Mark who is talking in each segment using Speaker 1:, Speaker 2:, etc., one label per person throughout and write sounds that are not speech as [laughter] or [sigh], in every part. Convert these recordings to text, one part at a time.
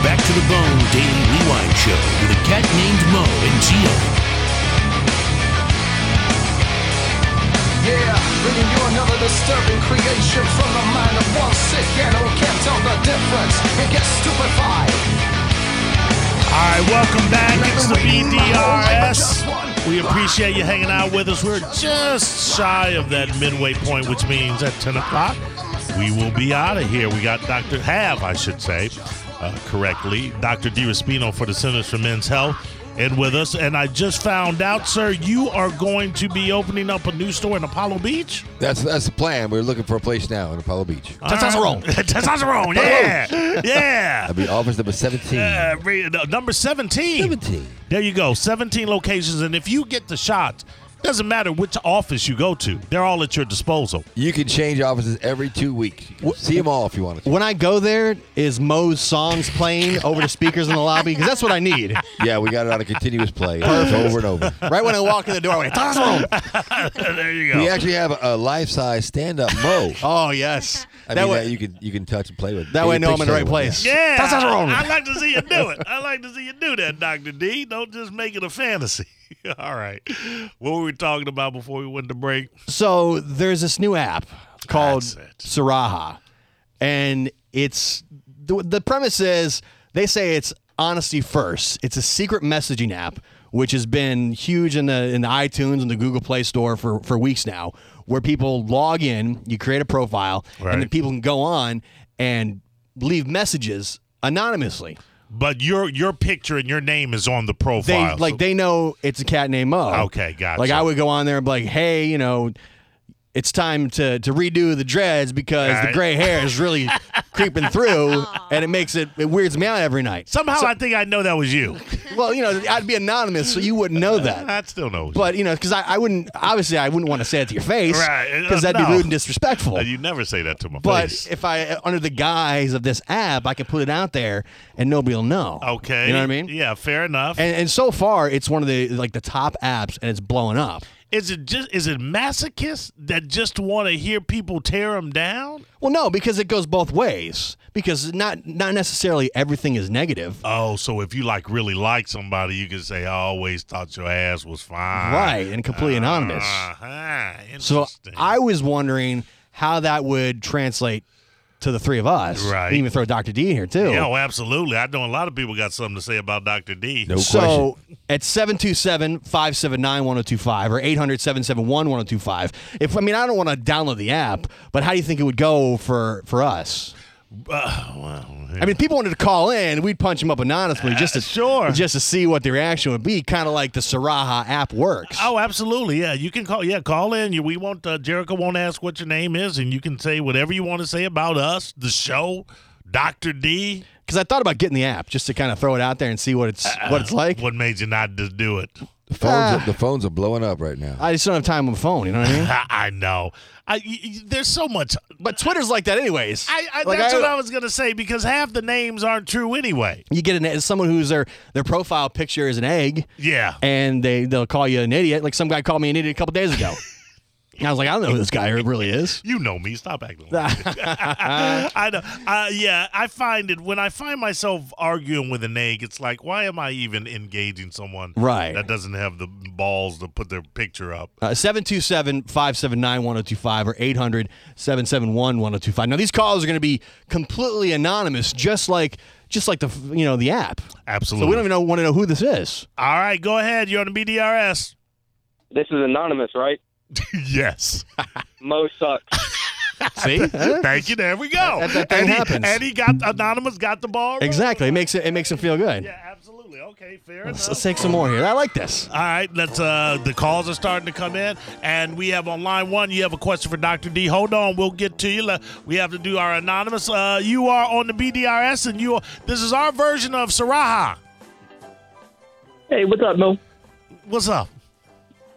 Speaker 1: Back to the Bone Daily Rewind Show with a cat named Mo and Geo.
Speaker 2: Yeah, bringing you another disturbing creation from the mind of one sick and who can't tell the difference and gets stupefied.
Speaker 3: All right, welcome back. It's the BDRS. We appreciate you hanging out with us. We're just shy of that midway point, which means at 10 o'clock, we will be out of here. We got Dr. Have, I should say, uh, correctly, Dr. D. Raspino for the Centers for Men's Health and with us. And I just found out, sir, you are going to be opening up a new store in Apollo Beach?
Speaker 4: That's that's the plan. We're looking for a place now in Apollo Beach.
Speaker 3: Testosterone. [laughs] Testosterone, yeah. Yeah.
Speaker 4: That'd be office number 17.
Speaker 3: Uh, re- no, number 17.
Speaker 4: 17.
Speaker 3: There you go, 17 locations. And if you get the shot, doesn't matter which office you go to, they're all at your disposal.
Speaker 4: You can change offices every two weeks. You can See them all if you want to.
Speaker 5: When I go there, is Moe's songs playing over the speakers in the lobby? Because that's what I need.
Speaker 4: Yeah, we got it on a continuous
Speaker 5: [laughs]
Speaker 4: play. It's over and over.
Speaker 5: Right when I walk in the door, I went,
Speaker 3: [laughs]
Speaker 5: "Testosterone."
Speaker 3: there you
Speaker 4: We
Speaker 3: go.
Speaker 4: actually have a, a life-size stand-up Mo.
Speaker 5: Oh, yes.
Speaker 4: I
Speaker 5: that
Speaker 4: mean,
Speaker 5: way,
Speaker 4: that you can you can touch and play with.
Speaker 5: that way I
Speaker 4: Take a
Speaker 5: know I'm in the right
Speaker 4: picture of it.
Speaker 5: place.
Speaker 3: Yeah.
Speaker 5: Testosterone.
Speaker 3: I like to see you do it. I like to see you do that, Dr. D. Don't just make it a fantasy. [laughs] all right. What were we talking about before we went to break?
Speaker 5: So there's this new app called
Speaker 3: That's it.
Speaker 5: Saraha, and it's the, the premise is they say it's honesty first. It's a secret messaging app which has been huge in the in the iTunes and the Google Play Store for for weeks now, where people log in, you create a profile, and then
Speaker 3: Right.
Speaker 5: people can go on and leave messages anonymously.
Speaker 3: But your your picture and your name is on the
Speaker 5: They
Speaker 3: profile.
Speaker 5: like they know it's a cat named Mo.
Speaker 3: Okay, gotcha.
Speaker 5: Like I would go on there and be like, hey, you know, it's time to to redo the dreads because
Speaker 3: Right.
Speaker 5: the gray hair is really
Speaker 3: [laughs]
Speaker 5: creeping through, and it makes it it weirds me out every night.
Speaker 3: Somehow I think I know that was
Speaker 5: [laughs]
Speaker 3: you.
Speaker 5: Well, you know, I'd be anonymous, so you wouldn't know that.
Speaker 3: I still know. it was
Speaker 5: But you know, because I, I wouldn't obviously I wouldn't want to say it to your face,
Speaker 3: Right.
Speaker 5: Because that'd
Speaker 3: No. Uh,
Speaker 5: be rude and disrespectful.
Speaker 3: you. you never say that to my
Speaker 5: But
Speaker 3: face.
Speaker 5: if I under the guise of this app, I can put it out there and nobody'll know.
Speaker 3: Okay.
Speaker 5: you know what I mean?
Speaker 3: Yeah, fair enough.
Speaker 5: And, and so far, it's one of the like the top apps, and it's blowing up.
Speaker 3: Is it just is it masochists that just want to hear people tear them down?
Speaker 5: Well, no, because it goes both ways. Because not not necessarily everything is negative.
Speaker 3: Oh, so if you like really like somebody, you can say, "I always thought your ass was fine."
Speaker 5: right, and completely anonymous.
Speaker 3: Uh-huh.
Speaker 5: So
Speaker 3: ah, Interesting.
Speaker 5: I was wondering how that would translate to the three of us.
Speaker 3: Right.
Speaker 5: You even throw Dr. D in here too.
Speaker 3: Yeah, oh, absolutely. I know a lot of people got something to say about Dr. D.
Speaker 4: No question.
Speaker 5: so at 727-579-1025 or 800-771-1025 if i mean i don't want to download the app but how do you think it would go for for us
Speaker 3: Uh, well, Uh,
Speaker 5: i mean if people wanted to call in we'd punch them up anonymously just to
Speaker 3: sure.
Speaker 5: just to see what the reaction would be kind of like the saraha app works
Speaker 3: Oh, absolutely. Yeah, you can call. Yeah, call in. You, we won't. Uh, Jericho won't ask what your name is, and you can say whatever you want to say about us, the show, Doctor D.
Speaker 5: Because I thought about getting the app just to kind of throw it out there and see what it's what
Speaker 3: Uh,
Speaker 5: it's like.
Speaker 3: What made you not to do it?
Speaker 4: The phones,
Speaker 5: Ah.
Speaker 4: are, the phones are blowing up right now.
Speaker 5: I just don't have time on the phone. You know what I
Speaker 3: [laughs]
Speaker 5: mean?
Speaker 3: I, I know. I y- y- there's so much.
Speaker 5: But Twitter's like that, anyways.
Speaker 3: I, I
Speaker 5: Like,
Speaker 3: that's what I was gonna say because half the names aren't true anyway.
Speaker 5: You get an it's someone who's their their profile picture is an egg,
Speaker 3: Yeah.
Speaker 5: and they they'll call you an idiot. Like some guy called me an idiot a couple days ago. and I was like, I don't know who this guy really
Speaker 3: [laughs]
Speaker 5: is. Uh,
Speaker 3: You know me. Stop acting. Like that. I know. Uh, yeah, I find it when I find myself arguing with an egg. It's like, why am I even engaging someone
Speaker 5: Right.
Speaker 3: that doesn't have the balls to put their picture up?
Speaker 5: 727 579 1025 or 800 771 1025. Now, these calls are going to be completely anonymous, just like just like the f- you know the app.
Speaker 3: Absolutely.
Speaker 5: So we don't even know, want to know who this is.
Speaker 3: All right, go ahead. You're on the BDRS.
Speaker 6: This is anonymous, right?
Speaker 3: [laughs] yes.
Speaker 6: Mo sucks.
Speaker 5: [laughs] See?
Speaker 3: Thank you. There we go.
Speaker 5: that thing
Speaker 3: and, he,
Speaker 5: happens.
Speaker 3: and he got anonymous got the ball. rolling.
Speaker 5: Exactly. It makes it it makes him feel good.
Speaker 3: Yeah, absolutely. Okay, fair
Speaker 5: Let's,
Speaker 3: enough.
Speaker 5: let's take some more here. I like this.
Speaker 3: All right, let's. Uh, the calls are starting to come in, and we have on line one. You have a question for Doctor D. Hold on, we'll get to you. Le- We have to do our anonymous. Uh, you are on the BDRS, and you. Are, this is our version of Saraha.
Speaker 7: Hey, what's up, Mo?
Speaker 3: What's up?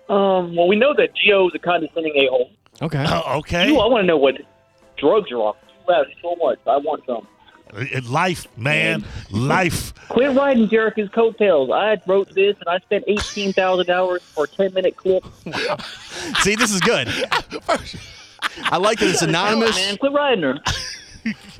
Speaker 7: Um, well, we know that Geo is a condescending a hole.
Speaker 5: Okay.
Speaker 3: Uh, okay.
Speaker 7: You, I want to know what drugs are off. You have so much. I want some.
Speaker 3: Uh, Life, man. Life.
Speaker 7: Quit riding Jericho's coattails. I wrote this and I spent eighteen thousand hours for a ten minute clip.
Speaker 3: [laughs]
Speaker 5: See, this is good. I like that it's
Speaker 7: [laughs] Come on,
Speaker 5: anonymous.
Speaker 7: man. Quit riding her.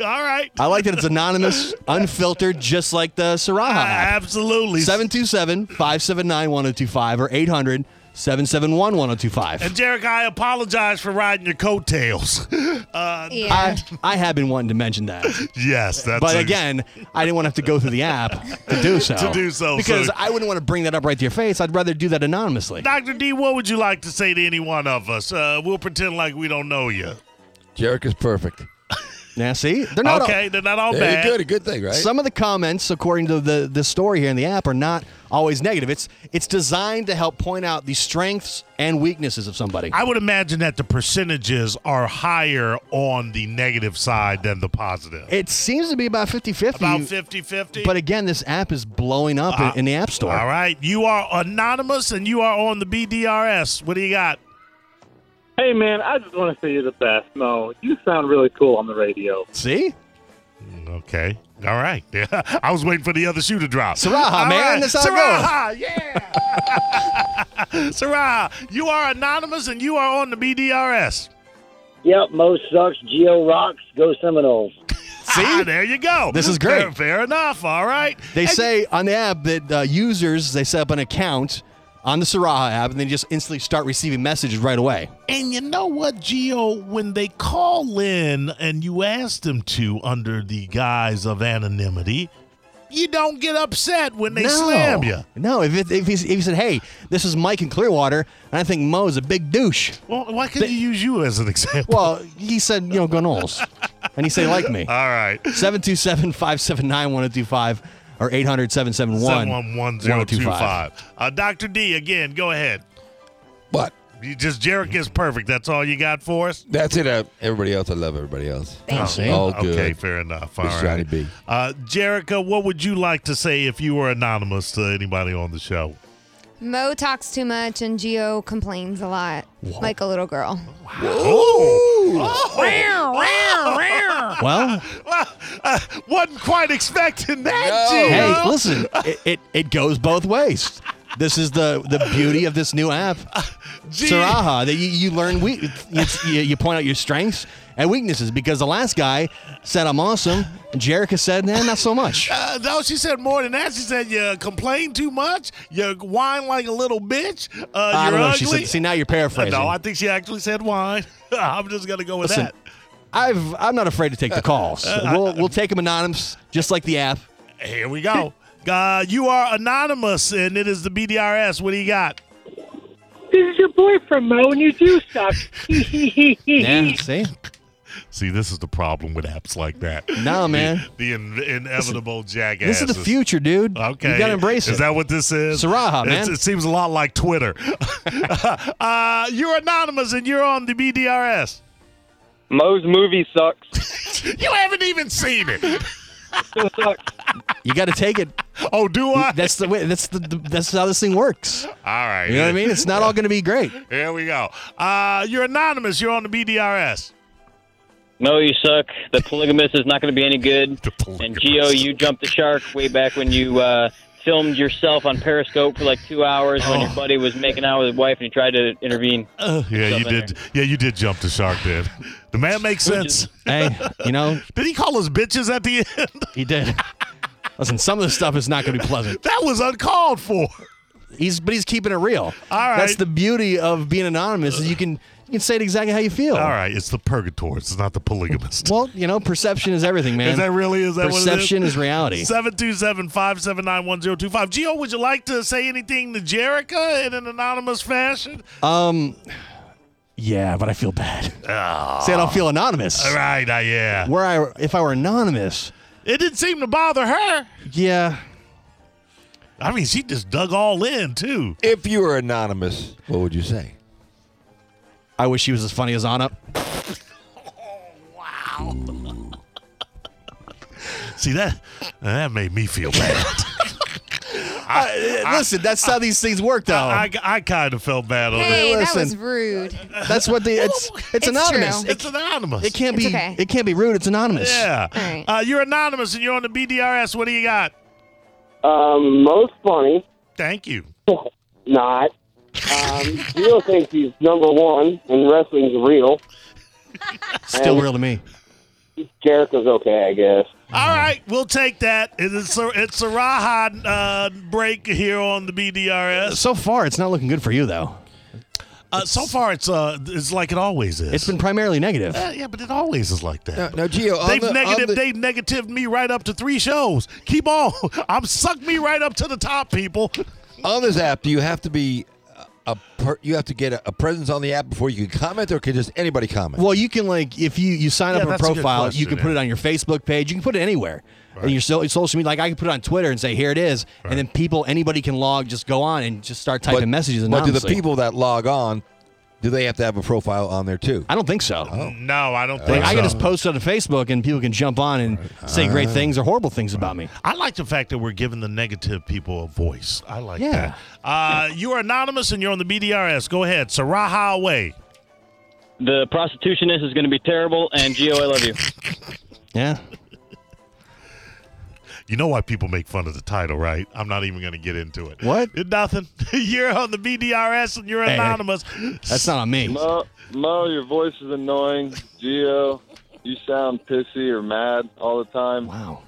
Speaker 3: All right.
Speaker 5: I like that it's anonymous, unfiltered, just like the Saraha app.
Speaker 3: Absolutely.
Speaker 5: 727 579 1025 or 800 771 1025.
Speaker 3: And Derek, I apologize for riding your coattails. [laughs] Uh,
Speaker 8: Yeah.
Speaker 5: I, I have been wanting to mention that.
Speaker 3: yes, that's.
Speaker 5: But
Speaker 3: a-
Speaker 5: again, I didn't want to have to go through the app
Speaker 3: [laughs]
Speaker 5: to do so.
Speaker 3: To do so,
Speaker 5: Because
Speaker 3: so-
Speaker 5: I wouldn't want to bring that up right to your face. I'd rather do that anonymously.
Speaker 3: Dr. D, what would you like to say to any one of us? Uh, we'll pretend like we don't know you.
Speaker 4: Jarek is perfect.
Speaker 5: Now, see? They're not all-
Speaker 3: okay, they're not all
Speaker 4: Hey,
Speaker 3: bad.
Speaker 4: good, a good thing, right?
Speaker 5: Oh, Some of the comments, according to the, the story here in the app, are not always negative. It's it's designed to help point out the strengths and weaknesses of somebody.
Speaker 3: I would imagine that the percentages are higher on the negative side than the positive.
Speaker 5: It seems to be about 50
Speaker 3: About
Speaker 5: 50.
Speaker 3: 50 50.
Speaker 5: But again, this app is blowing up in, in the App Store.
Speaker 3: All right. You are anonymous and you are on the BDRS. What do you got?
Speaker 7: Hey, man, I just want to say you're the best, Mo. You sound really cool on the radio.
Speaker 5: See?
Speaker 3: Okay. All right. [laughs] I was waiting for the other shoe to drop.
Speaker 5: Saraha,
Speaker 3: All
Speaker 5: man, that's how it
Speaker 3: Saraha, yeah. [laughs] Saraha, you are anonymous and you are on the BDRS.
Speaker 9: Yep, Mo sucks. Geo rocks. Go Seminoles.
Speaker 3: Ah, there you go.
Speaker 5: This is great.
Speaker 3: Fair, fair enough. All right.
Speaker 5: They
Speaker 3: And-
Speaker 5: say on the app that uh, users, they set up an account on the Saraha app and they just instantly start receiving messages right away.
Speaker 3: And you know what, Geo? When they call in and you ask them to under the guise of anonymity, you don't get upset when they slam you.
Speaker 5: No, if, it, if, he, if he said, hey, this is Mike in Clearwater, and I think Mo's a big douche.
Speaker 3: Well, why couldn't you use you as an example?
Speaker 5: Well, he said, you know, gonoles. and he said,
Speaker 3: [laughs]
Speaker 5: like me.
Speaker 3: All right.
Speaker 5: 727 579 1025 or 800 771
Speaker 3: 711-025. Uh, Dr. D, again, go ahead.
Speaker 4: but
Speaker 3: You just Jarek is perfect. That's all you got for us?
Speaker 4: that's it. Uh, everybody else, I love everybody else.
Speaker 8: Thank
Speaker 5: you.
Speaker 4: All good.
Speaker 3: Okay, fair enough. All
Speaker 4: It's
Speaker 3: right.
Speaker 4: Johnny B.
Speaker 3: Uh, Jerica, what would you like to say if you were anonymous to anybody on the show? [laughs]
Speaker 8: Mo talks too much and Geo complains a lot, like a little girl.
Speaker 5: Well,
Speaker 3: Well, uh, wasn't quite expecting that,
Speaker 4: No.
Speaker 3: Gio.
Speaker 5: hey, listen, it, it, it goes both ways. This is the, the beauty of this new app,
Speaker 3: [laughs] Gee.
Speaker 5: Saraha, that you, you learn we it's- you, you point out your strengths and weaknesses because the last guy said I'm awesome, and Jerica said, nah, not so
Speaker 3: [laughs]
Speaker 5: much.
Speaker 3: Uh, no, she said more than that. She said you complain too much, you whine like a little bitch, uh,
Speaker 5: I
Speaker 3: you're
Speaker 5: don't know.
Speaker 3: ugly.
Speaker 5: She said, see, now you're
Speaker 3: Uh,
Speaker 5: paraphrasing.
Speaker 3: no, I think she actually said whine. [laughs] I'm just gonna go with
Speaker 5: Listen,
Speaker 3: that. Uh,
Speaker 5: I've I'm not afraid to take the calls. We'll we'll take them anonymous, just like the app.
Speaker 3: Here we go. Uh, you are anonymous, and it is the BDRS. What do you got?
Speaker 7: This is your boyfriend, Mo, and you do suck. [laughs]
Speaker 5: Yeah, see,
Speaker 3: See, this is the problem with apps like that. [laughs]
Speaker 5: no man,
Speaker 3: The, the in- inevitable
Speaker 5: this
Speaker 3: jackass.
Speaker 5: is the future, dude.
Speaker 3: Okay.
Speaker 5: you gotta embrace
Speaker 3: Is
Speaker 5: it.
Speaker 3: that what this is?
Speaker 5: Saraha,
Speaker 3: It's-
Speaker 5: man.
Speaker 3: It seems a lot like Twitter. [laughs] uh, you're anonymous and you're on the BDRS.
Speaker 6: Moe's movie sucks.
Speaker 3: You haven't even seen it.
Speaker 6: Still sucks.
Speaker 5: you gotta
Speaker 3: [laughs]
Speaker 5: take it.
Speaker 3: Oh, do I?
Speaker 5: That's the way. That's the, the that's how this thing works.
Speaker 3: all right.
Speaker 5: You know what I mean? It's not all gonna be great.
Speaker 3: Here we go. Uh, you're anonymous. You're on the BDRS.
Speaker 5: [laughs]
Speaker 9: Mo, you suck. The polygamist is not going to be any good.
Speaker 3: [laughs] The
Speaker 9: And
Speaker 3: polygamist.
Speaker 9: Geo, you jumped the shark way back when you uh, filmed yourself on Periscope for like two hours when
Speaker 3: Oh.
Speaker 9: your buddy was making out with his wife and you tried to intervene.
Speaker 3: yeah, you
Speaker 9: Something
Speaker 3: did. Yeah, you did jump the shark, then. The
Speaker 5: [laughs]
Speaker 3: man makes sense.
Speaker 5: Hey, you know,
Speaker 3: Did he call us bitches at the end? [laughs]
Speaker 5: he did. Listen, some of the stuff is not gonna be pleasant.
Speaker 3: That was uncalled for.
Speaker 5: He's but he's keeping it real.
Speaker 3: All right.
Speaker 5: That's the beauty of being anonymous is you can you can say it exactly how you feel.
Speaker 3: All right, it's the purgatorists. It's not the polygamists.
Speaker 5: Well, you know, perception is everything, man.
Speaker 3: Is that really? Is that
Speaker 5: Perception
Speaker 3: what it
Speaker 5: is reality.
Speaker 3: 727 579 1025. Gio, would you like to say anything to Jerica in an anonymous fashion?
Speaker 5: Uh, Yeah, but I feel bad. See, I don't feel anonymous.
Speaker 3: Ah. All right, uh, yeah.
Speaker 5: Where I, if I were anonymous,
Speaker 3: It didn't seem to bother her.
Speaker 5: yeah,
Speaker 3: I mean, she just dug all in, too.
Speaker 4: If you were anonymous, what would you say?
Speaker 5: I wish she was as funny as Anna.
Speaker 3: See, that that made me feel bad.
Speaker 5: Uh, listen, that's how these things work, though.
Speaker 3: I, I kind of felt bad on that.
Speaker 8: Hey, that was
Speaker 5: listen.
Speaker 8: rude.
Speaker 5: that's what the
Speaker 8: [laughs]
Speaker 5: it's it's,
Speaker 8: It's
Speaker 5: anonymous.
Speaker 8: true.
Speaker 5: It,
Speaker 3: It's anonymous.
Speaker 5: it can't
Speaker 8: It's
Speaker 5: be
Speaker 8: okay.
Speaker 5: it can't be rude. It's anonymous.
Speaker 3: yeah.
Speaker 8: All right.
Speaker 3: Uh, you're anonymous and you're on the BDRS. What do you got?
Speaker 7: um, Mo's funny.
Speaker 3: Thank you.
Speaker 7: Not. Um, Geo thinks he's number one, and wrestling's real.
Speaker 5: Still real to me.
Speaker 9: Jericho's okay, I guess.
Speaker 3: All right, we'll take that. It is a, it's a Raha uh, break here on the BDRS.
Speaker 5: So far, it's not looking good for you though.
Speaker 3: Uh, so far, it's uh, it's like it always is.
Speaker 5: It's been primarily negative.
Speaker 3: Uh, yeah, but it always is like that.
Speaker 4: Now, now Gio, on
Speaker 3: They've
Speaker 4: the, on
Speaker 3: negative.
Speaker 4: the-
Speaker 3: they negatived me right up to three shows. Keep on. [laughs] I'm sucked me right up to the top, people.
Speaker 4: on this app, do you have to be a per, you have to get a, a presence on the app before you can comment, or can just anybody comment?
Speaker 5: Well, you can like if you you sign
Speaker 3: Yeah,
Speaker 5: up for a
Speaker 3: that's a good
Speaker 5: profile, you
Speaker 3: question,
Speaker 5: can put
Speaker 3: yeah.
Speaker 5: it on your Facebook page. You can put it anywhere. And your so- social media, like I can put it on Twitter and say, "Here it is," and then people, anybody can log, just go on and just start typing messages.
Speaker 4: But do the
Speaker 5: anonymously.
Speaker 4: people that log on, do they have to have a profile on there too?
Speaker 5: I don't think so.
Speaker 3: No, I don't think
Speaker 5: Like I
Speaker 3: so. Ah.
Speaker 5: can just post it on Facebook and people can jump on and say great things or horrible things about me.
Speaker 3: I like the fact that we're giving the negative people a voice. I like that.
Speaker 5: Yeah.
Speaker 3: Uh, you are anonymous and you're on the BDRS. Go ahead. Saraha away.
Speaker 9: The prostitutionist is going to be terrible, and Gio, I love you.
Speaker 5: Yeah.
Speaker 3: You know why people make fun of the title, right? I'm not even going to get into it.
Speaker 5: What?
Speaker 3: It's nothing. [laughs] you're on the BDRS and you're
Speaker 5: Hey,
Speaker 3: [laughs]
Speaker 5: hey.
Speaker 3: anonymous.
Speaker 5: That's not on me.
Speaker 10: Mo, Uh, Mo, your voice is annoying. Gio, you sound pissy or mad all the time.
Speaker 5: Wow.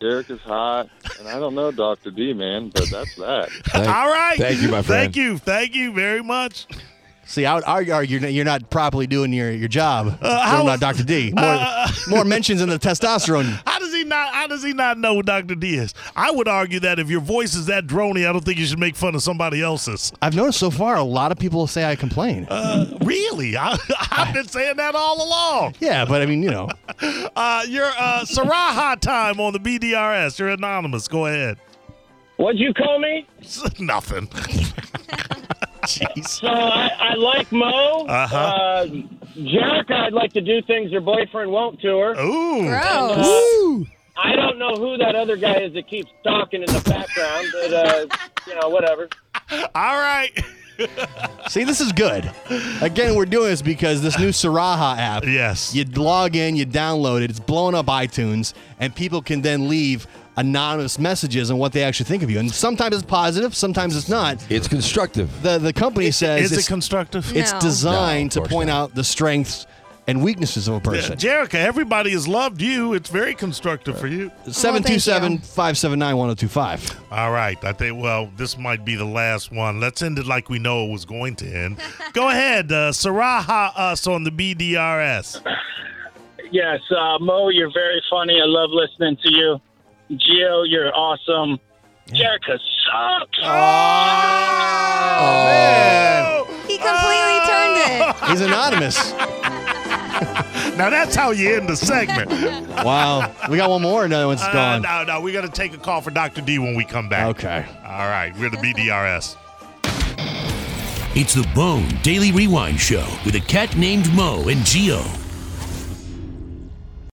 Speaker 10: Derek is hot, and I don't know Dr. D, man, but that's that.
Speaker 3: [laughs]
Speaker 4: Thank-
Speaker 3: All right.
Speaker 4: Thank you, my friend.
Speaker 3: Thank you. Thank you very much.
Speaker 5: See, I would argue argue that you're not properly doing your, your job.
Speaker 3: Uh, how- Uh,
Speaker 5: Talking about Dr. D.
Speaker 3: [laughs]
Speaker 5: More, more mentions in the testosterone.
Speaker 3: How does he not? How does he not know who Dr. D is? I would argue that if your voice is that drony, I don't think you should make fun of somebody else's. [laughs]
Speaker 5: I've noticed so far a lot of people say I complain.
Speaker 3: Really, I, [laughs] I've been saying that all along.
Speaker 5: yeah, but I mean, you know,
Speaker 3: Uh, your uh, Saraha time on the BDRS. You're anonymous. Go ahead. [laughs]
Speaker 9: What'd you call me?
Speaker 3: Nothing.
Speaker 9: So Uh, I, I like Mo.
Speaker 3: Uh-huh.
Speaker 9: Uh, Jericho, I'd like to do things your boyfriend won't to
Speaker 3: Uh.
Speaker 9: her.
Speaker 3: Ooh.
Speaker 8: Gross.
Speaker 9: I don't know who that other guy is that keeps talking in the background, but uh, you know, whatever.
Speaker 3: All right.
Speaker 5: see, this is good. Again, we're doing this because this new Saraha app.
Speaker 3: Yes.
Speaker 5: You log in, you download it, it's blowing up iTunes, and people can then leave anonymous messages on what they actually think of you. And sometimes it's positive, sometimes it's not.
Speaker 4: It's constructive.
Speaker 5: The the company says
Speaker 3: Is it
Speaker 5: it's,
Speaker 3: constructive?
Speaker 5: [laughs] it's
Speaker 8: No.
Speaker 5: designed
Speaker 4: No, of
Speaker 5: to
Speaker 4: course
Speaker 5: point
Speaker 4: not.
Speaker 5: out the strengths and weaknesses of a person.
Speaker 3: Jerica, everybody has loved you. It's very constructive for you.
Speaker 5: 727 579 1025.
Speaker 3: All right. I think, well, this might be the last one. Let's end it like we know it was going to end. Go ahead. Uh, Saraha us on the BDRS.
Speaker 9: Yes, uh, Mo, you're very funny. I love listening to you. Gio, you're awesome. Jericho sucks.
Speaker 8: He completely turned it.
Speaker 4: [laughs]
Speaker 5: He's anonymous.
Speaker 3: Now that's how you end the segment.
Speaker 5: wow. We got one more, another one's
Speaker 3: Uh,
Speaker 5: gone.
Speaker 3: no, no, we got to take a call for Dr. D when we come back.
Speaker 5: Okay.
Speaker 3: All right, we're the BDRS.
Speaker 1: It's the Bone Daily Rewind Show with a cat named Mo and Geo.